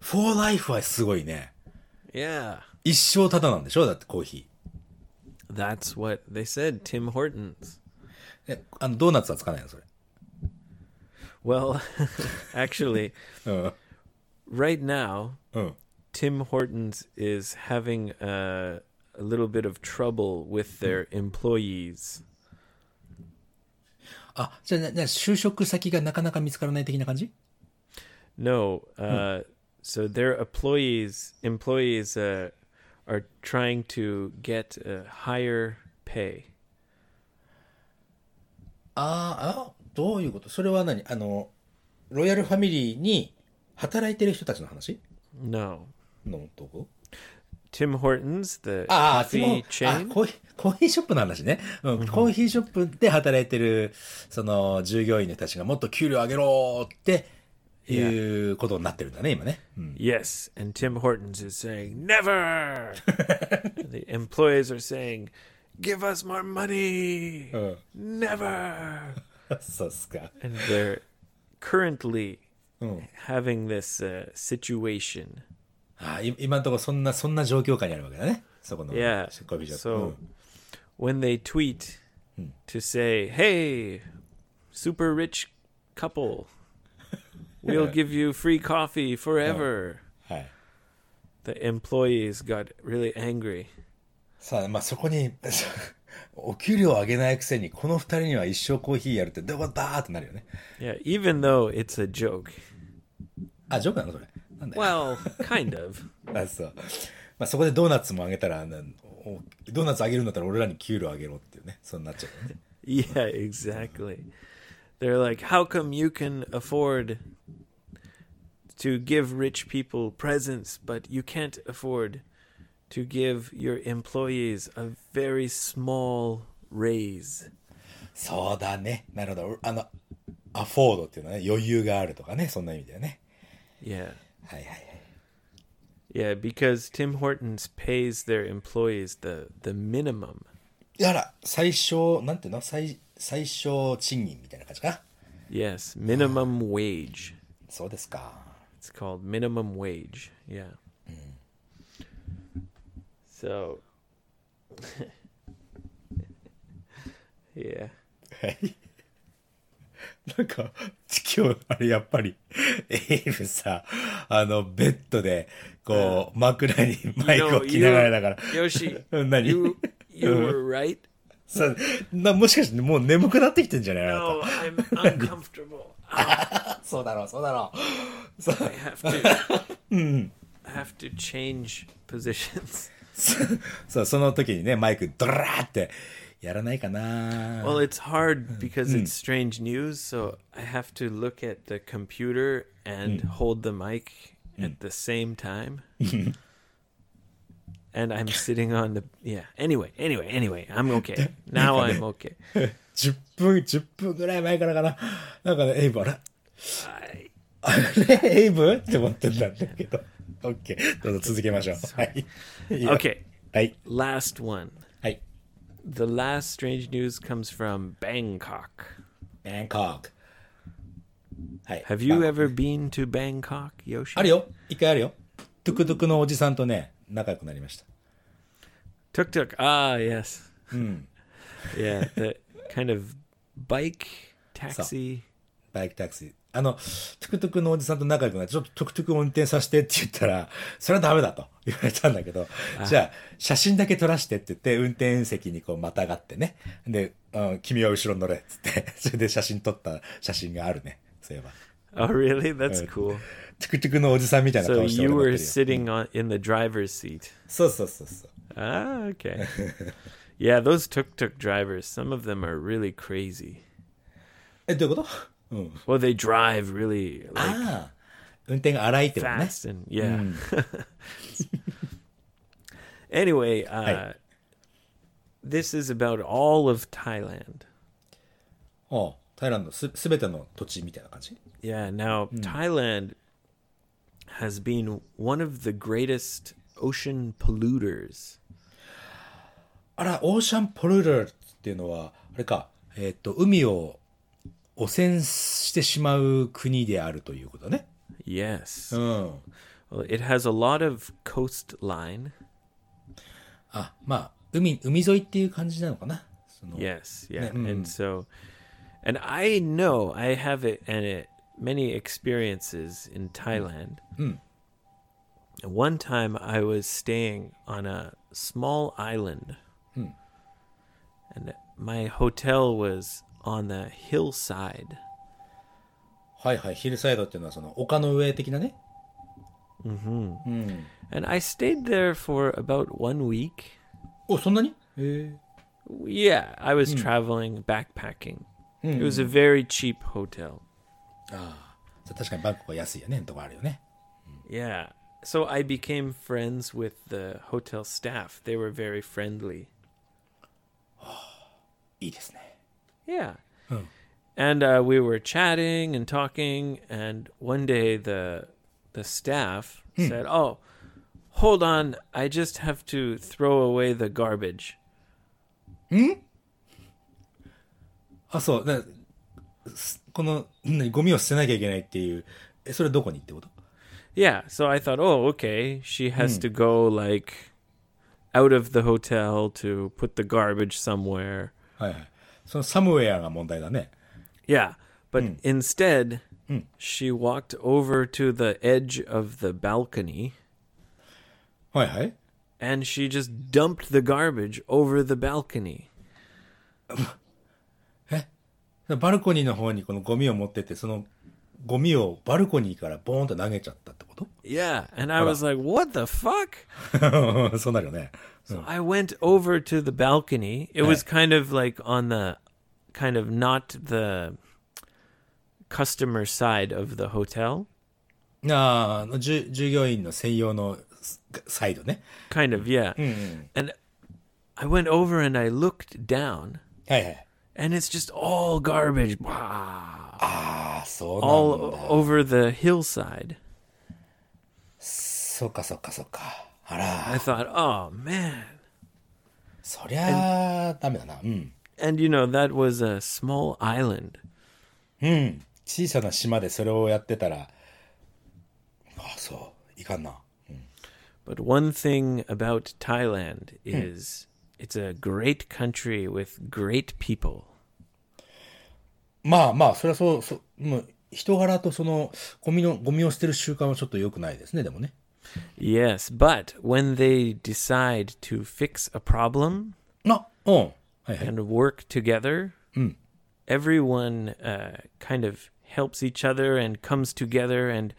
S1: !for life はすごいね。
S2: Yeah,
S1: 一生タダなんでしょだってコーヒ
S2: that's what they said. Tim Hortons.
S1: ー。え、あの、ドーナツはつかないのそれ。
S2: Well, *laughs* actually,
S1: うん。
S2: right now,
S1: うん。
S2: Tim Hortons is having uh, a little bit of trouble with their employees.
S1: あ、じゃあ、なな就職先がなかなか見つからない的な感じ
S2: No, uh, so their employees employees uh, are trying to get uh, higher pay.
S1: あーあ、どういうことそれは何あの、ロイヤルファミリーに働いてる人たちの話
S2: No,
S1: のとこ
S2: Tim Hortons, the
S1: ああ、
S2: coffee
S1: もうあ
S2: chain.
S1: コーヒー、コーヒーショップの話ね。うん、コーヒーショップで働いてる、その、従業員の人たちがもっと給料上げろーって、いうことになってるんだね、今ね。うん。
S2: Yes, and Tim Hortons is saying never. the employees are saying, "Give us more money."
S1: Uh.
S2: Never.
S1: *laughs* そうっすか。
S2: And they're currently
S1: Oh.
S2: having this uh, situation.
S1: ああ、い今のところそんな、そんな状況下にあるわけだね。そこの、
S2: Yeah.
S1: コーヒーショップ。う
S2: So
S1: ん
S2: when they tweet to say, "Hey, super rich couple, we'll give you free coffee forever,"
S1: はい。
S2: the employees got really angry.
S1: さあ、まあ、そこに、 *laughs* お給料上げないくせに、この二人には一生コーヒーやるってどういうことだーってなるよね。
S2: Yeah, even though it's a joke.
S1: あ、ジョークなのそれ。なんだよ。
S2: Well, *laughs* kind of.
S1: あ、そう。まあ、そこでドーナツもあげたら、なおドーナツあげるんだったら俺らに給料あげろっていうね。そうなっちゃうよね。
S2: Yeah, exactly. They're like, "How come you can afford to give rich people presents, but you can't afford to give your employees a very small raise?"
S1: そうだね。なるほど。あの、アフォードっていうのはね、余裕があるとかね、そんな意味だよね。
S2: Yeah.
S1: はいはいはい。
S2: Yeah, because Tim Hortons pays their employees the the minimum.
S1: やら、最小、なんていうの最、最小賃金みたいな感じかな。
S2: Yes, *sighs* minimum wage.
S1: そうですか。
S2: It's called minimum wage. Yeah. Mm. So. *laughs* yeah.
S1: はい。 *laughs* なんか、今日、あれやっぱり、エイブさ、あの、ベッドで、こう、枕 *laughs* にマイクを
S2: You know,
S1: 着ながらだから
S2: you-。Yoshi,
S1: *laughs*
S2: *laughs*
S1: 何
S2: you *laughs* you were right.
S1: さなもしかしてもう眠くなってきてんじゃないあなた
S2: Oh, *laughs* I'm uncomfortable.
S1: そうだろうそうだろう *laughs* さ
S2: I have *laughs* to. I have to change positions.
S1: そうその時にねマイクドラーってやらないかな
S2: Well, it's hard because it's strange news, so I have to look at the computer and hold the mic at the same time. and I'm sitting on the yeah. Anyway, anyway, anyway, I'm okay. Now I'm okay.
S1: 10分10分ぐらい前からかななんかねエイブあれ
S2: I,
S1: あれエイブって思ってたんだけど OK どうぞ続けましょうはいいいよ
S2: okay,
S1: はい
S2: last one.
S1: はい
S2: The last strange news comes from Bangkok.
S1: バンコクはいバ
S2: Have
S1: ン
S2: you
S1: コク
S2: ever been to Bangkok, Yoshi?
S1: あるよ一回あるよトゥクトゥクのおじさんとね仲良くなりました
S2: Tuk tuk. Ah, yes. yeah, the kind of bike taxi.
S1: バイクタクシー。あの、トゥクトゥクのおじさんと仲良くなって、ちょっとトゥクトゥク運転させてって言ったら、それはダメだと言われたんだけど、じゃあ、写真だけ撮らしてって言って、運転席にこうまたがってね。で、うん、君は後ろに乗れっつって、 *laughs* それで写真撮った写真があるね。そういえば。
S2: Oh, really? That's cool.
S1: トゥクトゥクのおじさんみたいな
S2: So
S1: 顔して俺
S2: you
S1: 乗ってる
S2: were
S1: よ。
S2: sitting on in the driver's seat.
S1: そうそうそうそう。
S2: Ah, okay. yeah, those tuk tuk drivers. Some of them are really crazy.
S1: え、どういうことうん。Ah,
S2: Well, they drive really like
S1: ああ。運転が荒いってことね。
S2: fast and yeah. *laughs* anyway, uh, this is about all of Thailand.
S1: ああタイランドすすべての土地みたいな感じ
S2: Yeah, now Thailand has been one of the greatest ocean polluters.
S1: あら、オーシャンポルーラーっていうのは、あれか、えっ、と、海を汚染してしまう国であるということね。
S2: Yes.
S1: うん。
S2: Well, it has a lot of coastline.
S1: あ、まあ、海、海沿いっていう感じなのかな。その
S2: Yes, yeah. And so and I know I have it and it many experiences in Thailand. And One time I was staying on a small island. And my hotel was on the hillside.
S1: はいはい、ヒルサイドっていうのはその丘の上的なね。
S2: And I stayed there for about 1 week.
S1: お、そんなにへえ
S2: Yeah, I was traveling backpacking. It was a very cheap hotel.
S1: そう確かにバンコクは安いよね、とこあるよね。
S2: Yeah. So I became friends with the hotel staff. They were very friendly.
S1: いいですね。
S2: Yeah. And uh, we were chatting and talking, and one day the the staff said, "Oh, hold on, I just have to throw away the garbage."
S1: あ、そう、なすこの、何ゴミを捨てなきゃいけないっていう、え、それどこにってこと
S2: Yeah. So I thought, "Oh, okay, she has to go like out of the hotel to put the garbage somewhere."
S1: はいはい。そのサムウェアが問題だね。
S2: Yeah, but instead, she walked over to the edge of the balcony
S1: はいはい。
S2: and she just dumped the garbage over the balcony.
S1: バルコニーの方にこのゴミを持ってって、そのゴミをバルコニーからボーンと投げちゃったってこと
S2: Yeah, and I was like, "What the
S1: *laughs*
S2: fuck?"
S1: そうなるよね。うん、
S2: I went over to the balcony. It was kind of like on the kind of not the customer side of the hotel.
S1: あーあの、じゅ従業員の専用のすサイドね。
S2: Kind of, yeah. And I went over and I looked down
S1: はいはい。
S2: and it's just all garbage. Wow.
S1: あ、そうなん
S2: all over the hillside.
S1: そうかそうかそうか。あら、
S2: I thought, oh man.
S1: そりゃあ、ダメだな。うん。
S2: And you know, that was a small island.
S1: うん。小さな島でそれをやってたら、あそう、いかんな。
S2: But one thing about Thailand is it's a great country with great people.
S1: まあまあ、それはそう、そう、もう、人柄とその、ゴミの、ゴミを捨てる習慣はちょっと良くないですね、でもね。
S2: Yes, but when they decide to fix a problem
S1: な、うん。はいはい。
S2: and work together, everyone uh, kind of helps each other and comes together and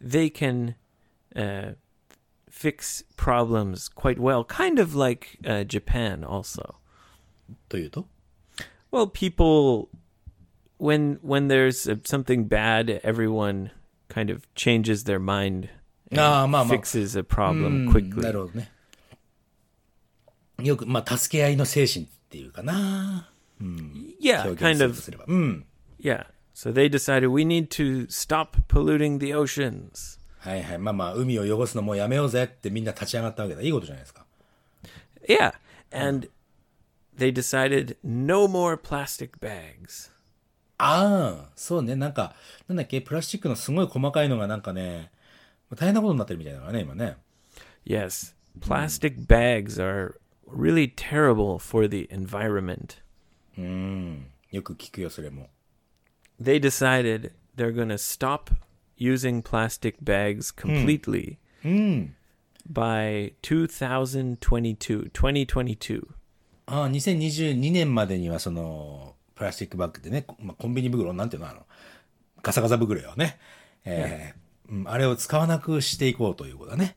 S2: they can uh, fix problems quite well, kind of like uh, Japan also.
S1: というと
S2: Well, people when when there's uh, something bad, everyone kind of changes their mind and
S1: Ah, ma- ma-
S2: fixes a problem
S1: な
S2: quickly.
S1: るほどね。よく、まあ、助け合いの精神っていうかな。
S2: Yeah,
S1: 表
S2: kind
S1: 現す
S2: of
S1: るとすれば。うん。
S2: yeah. So they decided we need to stop polluting the oceans.
S1: はいはい。まあまあ、海を汚すのもうやめようぜってみんな立ち上がったわけだ。いいことじゃないですか。
S2: Yeah, and they decided no more plastic bags.
S1: ああ、そうね。なんか、なんだっけ、プラスチックのすごい細かいのがなんかね、大変なことになってるみたいだからね、今ね。
S2: Yes, plastic bags are really terrible for the environment.
S1: よく聞くよ、それも。
S2: they decided they're going to stop using plastic bags completely by 2022 2022
S1: ああ、2022年までにはその、プラスチックバッグでね、こまあ、コンビニ袋、なんていうのあの、ガサガサ袋よね。えーうんあれを使わなくしていこうということだね。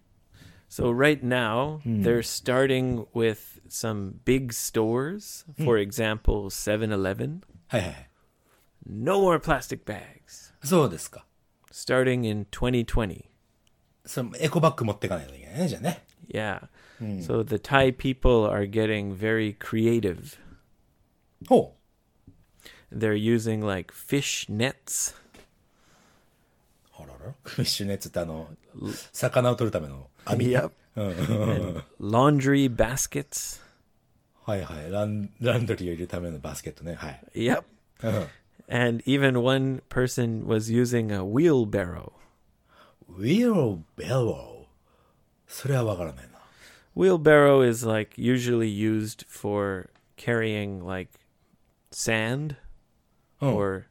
S2: so right now they're starting with some big stores for example 7-eleven
S1: はいはいはい。
S2: no more plastic bags
S1: そうですか。
S2: starting in 2020.
S1: それもエコバッグ持っていかないといけないね、じゃあね。
S2: Yeah. So the Thai people are getting very creative.
S1: ほ
S2: They're using like fish nets.
S1: う。あらら。フィッシュネッツってあの、魚を取るための網。
S2: Yep. and laundry baskets.
S1: *laughs* はいはい。ラン、ランドリーを入れるためのバスケットね。はい。
S2: Yep. And even one person was using a wheelbarrow.
S1: ウィロベロー。それはわからないな。
S2: Wheelbarrow is like usually used for carrying like sand or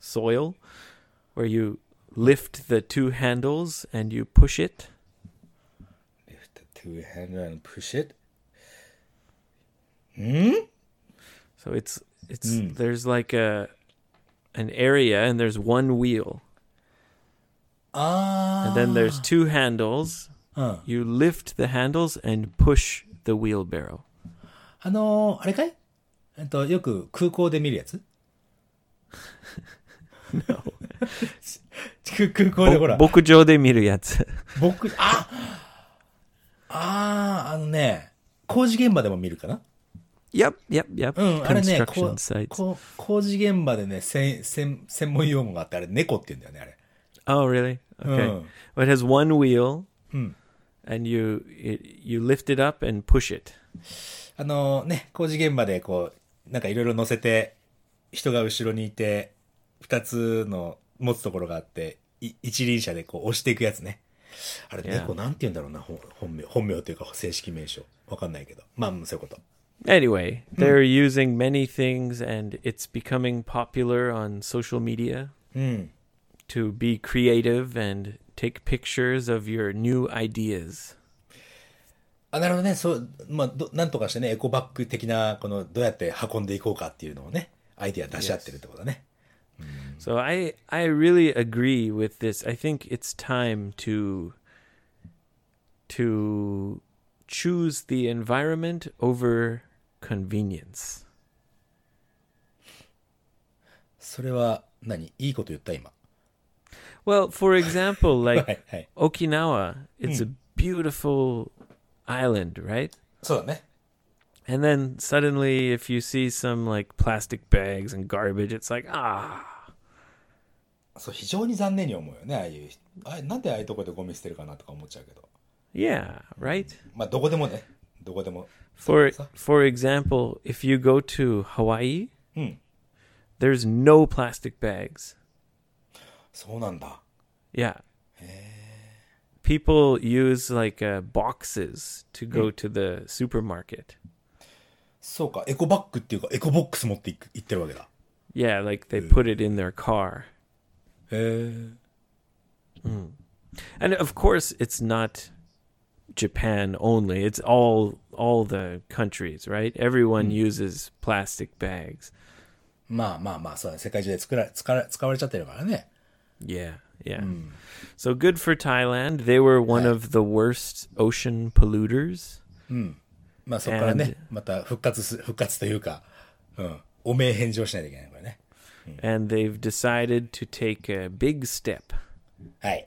S2: soil, where you lift the two handles and you push it.
S1: lift the two handle and push it.
S2: So it's it's there's like a an area and there's one wheel.
S1: あ
S2: And then there's two handles.
S1: Huh.
S2: You lift the handles and push the wheelbarrow.
S1: ー、あのー、あれかいえっと、よく空港で見るやつ *laughs* 空空港でほら、
S2: 牧場で見るやつ。
S1: 僕、ああー、あのね、工事現場でも見るかな
S2: *laughs* Yep, yep, yep.
S1: うん、あれね、こ
S2: Construction
S1: う
S2: sites.
S1: こう工事現場でね、専専専門用語があって、あれ猫って言うんだよね、あれ。
S2: Oh, really? Okay.
S1: Mm.
S2: Well, it has one wheel,
S1: Hmm.
S2: and you it, you lift it up and push it.
S1: あのね、工事現場でこう、なんかいろいろ乗せて、人が後ろにいて、二つの持つところがあって、い一輪車でこう押していくやつね。あれ、
S2: Yeah.
S1: 猫なんて言うんだろうな、ほん本名、本名というか正式名称。わかんないけど。まあ、うんそういうこと。
S2: Anyway, they're using many things, and it's becoming popular on social media
S1: うん。
S2: to be creative and take pictures of your new ideas.
S1: あ、なるほどね。そう、まあ、ど、なんとかしてね、エコバッグ的な、この、どうやって運んでいこうかっていうのをね、アイディア出し合ってるってことだね。
S2: So I I really agree with this. I think it's time to to choose the environment over convenience.
S1: それは何、いいこと言った今。
S2: Well, for example,
S1: はい
S2: like、
S1: はい。
S2: Okinawa, it's a beautiful island, right?
S1: そうだね。
S2: And then suddenly if you see some like plastic bags and garbage, it's like, ah,
S1: そう、非常に残念に思うよね、ああいう、あれなんでああいうとこでゴミ捨てるかなとか思っちゃうけど。
S2: yeah, right?
S1: まあ、どこでもね、どこでも。
S2: For
S1: So-
S2: for example, if you go to Hawaii,
S1: Hmm.
S2: there's no plastic bags.
S1: そうなんだ。
S2: Yeah. People use like uh, boxes to go to the supermarket.
S1: そうか、エコバッグっていうか、エコボックス持っていく行ってるわけだ。
S2: Yeah, like they put it in their car.
S1: へえ。
S2: And of course, it's not Japan only. It's all all the countries, right? Everyone uses plastic bags.
S1: まあまあまあ、そうだね。世界中で作ら使わ使われちゃってるからね。
S2: Yeah, yeah. So good for Thailand. They were one of the worst ocean polluters.
S1: まあそこから
S2: えー
S1: ね、また復活す、復活というか、うん。お名返上しないといけない、これね。
S2: and they've decided to take a big step
S1: はい。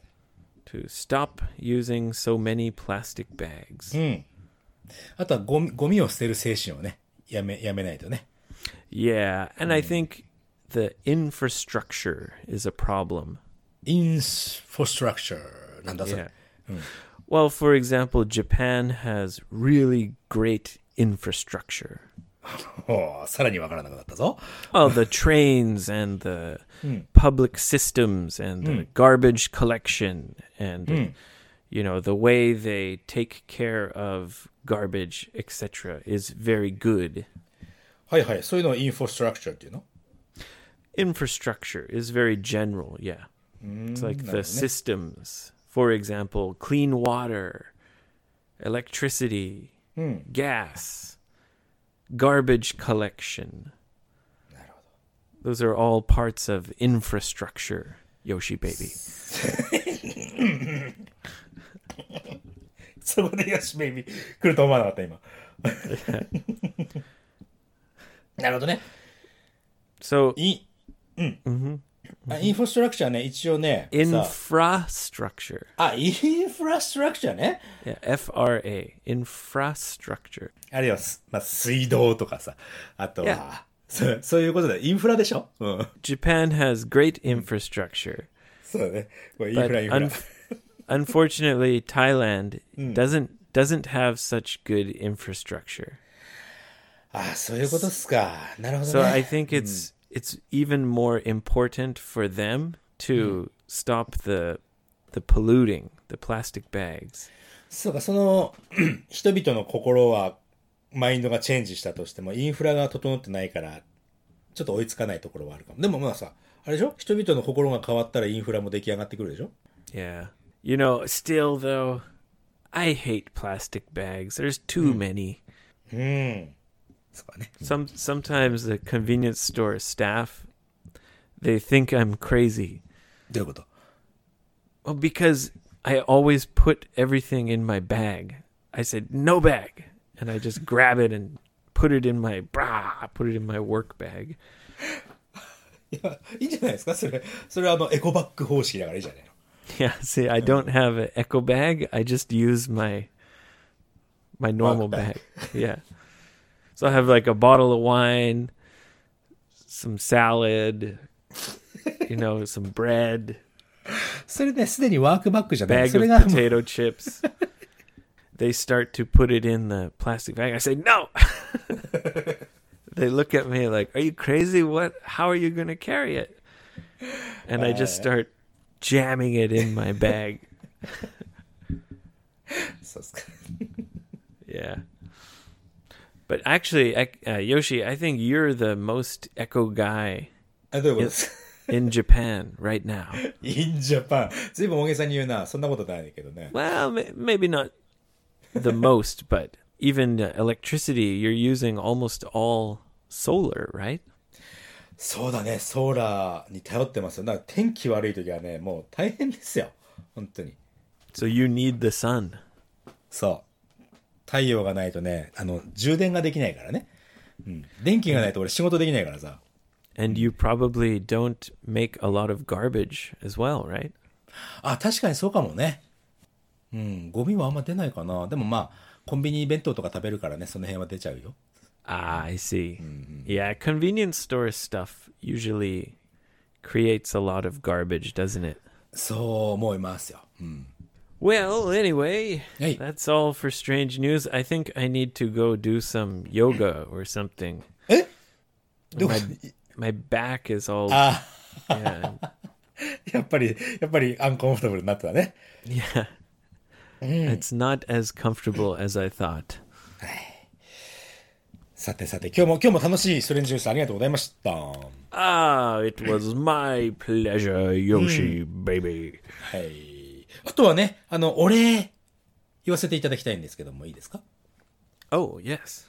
S2: to stop using so many plastic bags.
S1: あとはゴミ、ゴミを捨てる精神をね、やめ、やめないとね。
S2: Yeah, and I think the infrastructure is a problem.
S1: インフォストラクチャー。なんだそれ。
S2: Yeah. Well, for example, Japan has really great infrastructure.
S1: ほう、さらにわからなくなったぞ。
S2: Well, the trains and the public systems and the garbage collection and you know the way they take care of garbage, etc., is very good.
S1: はいはい、そういうのをインフォストラクチャーっていうの
S2: infrastructure is very general. Yeah. it's like the systems. For example, clean water, electricity, gas, garbage collection. Those are all parts of infrastructure, Yoshi baby.
S1: *laughs* そこでよし、ベイビー、来ると思わなかった、今。 *laughs* なるほどね。
S2: So
S1: い、あインフォストラクチャーね、一応ね、さ
S2: Infrastructure.
S1: あ、インフラストラクチャーね。
S2: Yeah, F R A. Infrastructure.
S1: あるいはす、まあ、水道とかさ、あと
S2: い
S1: は
S2: や、
S1: そうそういうことだ。インフラでしょうん。
S2: Japan has great infrastructure.
S1: そうだね。これイン
S2: but
S1: フラ、インフラ
S2: un-。unfortunately, Hmm. Thailand doesn't doesn't have such good infrastructure.
S1: ああ、そういうことっすか。なるほど
S2: So
S1: ね。
S2: *laughs* I think it's it's even more important for them to stop the the polluting, the plastic bags.
S1: そうか、その、 *clears throat* 人々の心は、マインドがチェンジしたとしても、インフラが整ってないから、ちょっと追いつかないところはあるかも。でもまあさ、あれでしょ人々の心が変わったらインフラも出来上がってくるでしょ
S2: Yeah. You know, still though, I hate plastic bags. There's too many. Hmm.
S1: うん。そうかね。
S2: *laughs* Some sometimes the convenience store staff they think I'm crazy.
S1: どういうこと
S2: Well, because I always put everything in my bag. I said no bag, and I just grab it and put it in my bra. I put it in my work bag.
S1: いや、いいんじゃないですかそれ、それはあの、エコバッグ方式だからいいじゃないの。
S2: *laughs* Yeah, see, I don't have an eco bag. I just use my my normal
S1: bag.
S2: bag. Yeah. So I have like a bottle of wine, some salad, you know, some bread,
S1: それね、すでにワークバッグじゃない。
S2: bag
S1: そ
S2: of
S1: れが、もう
S2: potato chips. They start to put it in the plastic bag. I say, "No." *laughs* they look at me like, "Are you crazy? What? How are you going to carry it?" And I just start jamming it in my bag.
S1: そうっすか。
S2: Yeah. But actually, ec- uh, Yoshi, I think you're the most echo guy
S1: あ、どういうことですか *laughs*
S2: in Japan right now.
S1: in Japan。ずいぶん大げさに言うな。そんなことないけどね。
S2: Well, ma- maybe not the *laughs* most, but even uh, electricity, you're using almost all solar, right?
S1: そうだね、ソーラーに頼ってますよ。だから天気悪い時はね、もう大変ですよ。本当に。
S2: So you need the sun.
S1: そう。太陽がないとね、あの、充電ができないからね。うん。電気がないと俺仕事できないからさ。
S2: And you probably don't make a lot of garbage as well, right?
S1: あ、確かにそうかもね。うん、ゴミはあんま出ないかな。でもまあ、コンビニ弁当とか食べるからね、その辺は出ちゃうよ。
S2: Ah, I see.
S1: Mm-hmm.
S2: Yeah, convenience store stuff usually creates a lot of garbage, doesn't it?
S1: そう思いますよ。うん。
S2: Well, anyway,
S1: Hey.
S2: that's all for strange news. I think I need to go do some yoga
S1: *laughs*
S2: or something.
S1: えどう
S2: My back is all.
S1: Ah.
S2: yeah,
S1: やっぱり、やっぱりアンコンフォータブルになってたね。
S2: yeah. It's not as comfortable as I thought.
S1: さてさて、今日も、今日も楽しいストレンジニュースありがとうございました。は
S2: Ah, it was my pleasure, Yoshi, baby.
S1: い。あとはね、あの、お礼、言わせていただきたいんですけども、いいですか
S2: Oh, yes.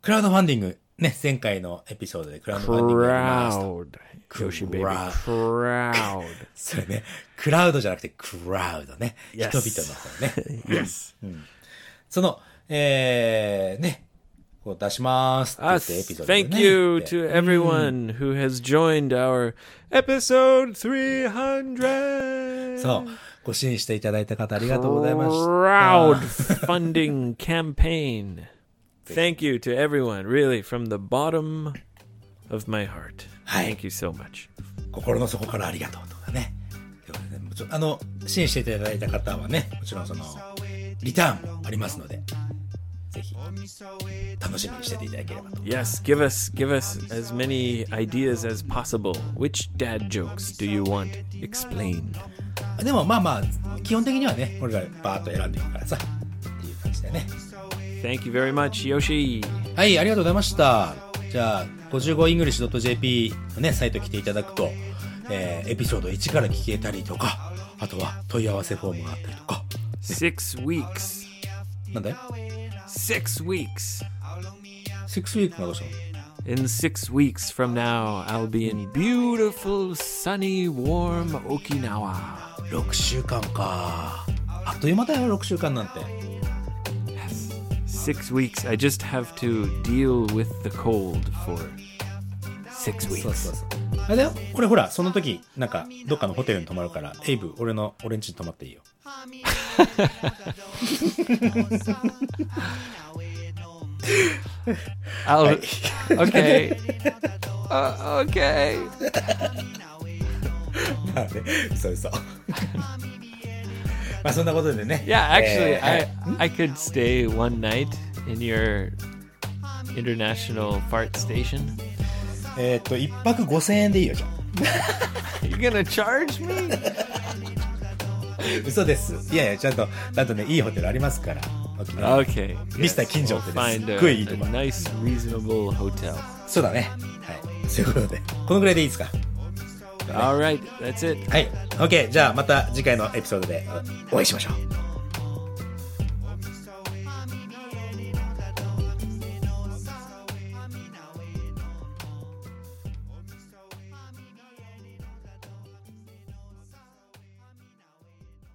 S1: クラウドファンディング、ね、前回のエピソードでクラウドファンディングやりました。
S2: Proud. Yoshi, baby. Proud.
S1: それね、クラウドじゃなくてクラウドね。
S2: Yes.
S1: 人々の方ね。
S2: *laughs* yes.
S1: その、えー、ね、こう出しますって言
S2: Ah,
S1: ってエピソードでね、
S2: thank you
S1: 言って
S2: to everyone who has joined our episode 300.
S1: そう、ご支援していただいた方ありがとうございました。
S2: *laughs* crowdfunding campaign. uh, Thank you to everyone, really, from the bottom of my heart.
S1: はい
S2: Thank you so much.
S1: 心の底からありがとうとかね。ということでねもちろんあの、支援していただいた方はね、もちろんその、リターンもありますので、ぜひ、楽しみにしてていただければと。
S2: Yes, give us give us as many ideas as possible. Which dad jokes do you want explained?
S1: でもまあまあ、基本的にはね、俺がバーッと選んでいくからさ、っていう感じでね。
S2: Thank you very much, Yoshi.
S1: はい、ありがとうございました。じゃあ、55english.jp のね、サイト来ていただくと、えーエピソード1から聞けたりとか、あとは問い合わせフォームがあったりとか、
S2: Six weeks.
S1: なんだよ
S2: Six weeks.
S1: ?6 week がどうしたの
S2: In six weeks from now, I'll be in beautiful, sunny, warm Okinawa.
S1: 6週間かあっという間だよ6週間なんて
S2: Yes. Six weeks. I just have to deal with the cold for six
S1: そうそうそ
S2: weeks.
S1: うあれだよこれほら、その時、なんか、どっかのホテルに泊まるから、エイブ、俺の、俺んちに泊まっていいよ。
S3: I'll,
S1: Right.
S3: *laughs*
S2: *laughs*
S3: okay. Uh, okay.
S1: まあね、そうそう。 *laughs* まあそんなことでね。
S2: Yeah, actually,
S1: えー
S2: I I could stay one night in your international fart station.
S1: えーっと、一泊5000円でいいよ、じゃあ
S2: You're gonna charge me?
S1: 嘘です。いやいや、ちゃんと、だとね、いいホテルありますから。沖縄
S2: *laughs* Okay.
S1: Mr.
S2: yes,
S1: Kinjo
S2: we'll
S1: です。
S2: find a,
S1: すっごいいいとこ。
S2: a nice, reasonable hotel.
S1: そうだね。はい。そういうことで、このぐらいでいいですか
S2: All right, that's it.
S1: はい。OK、じゃあまた次回のエピソードでお会いしましょう。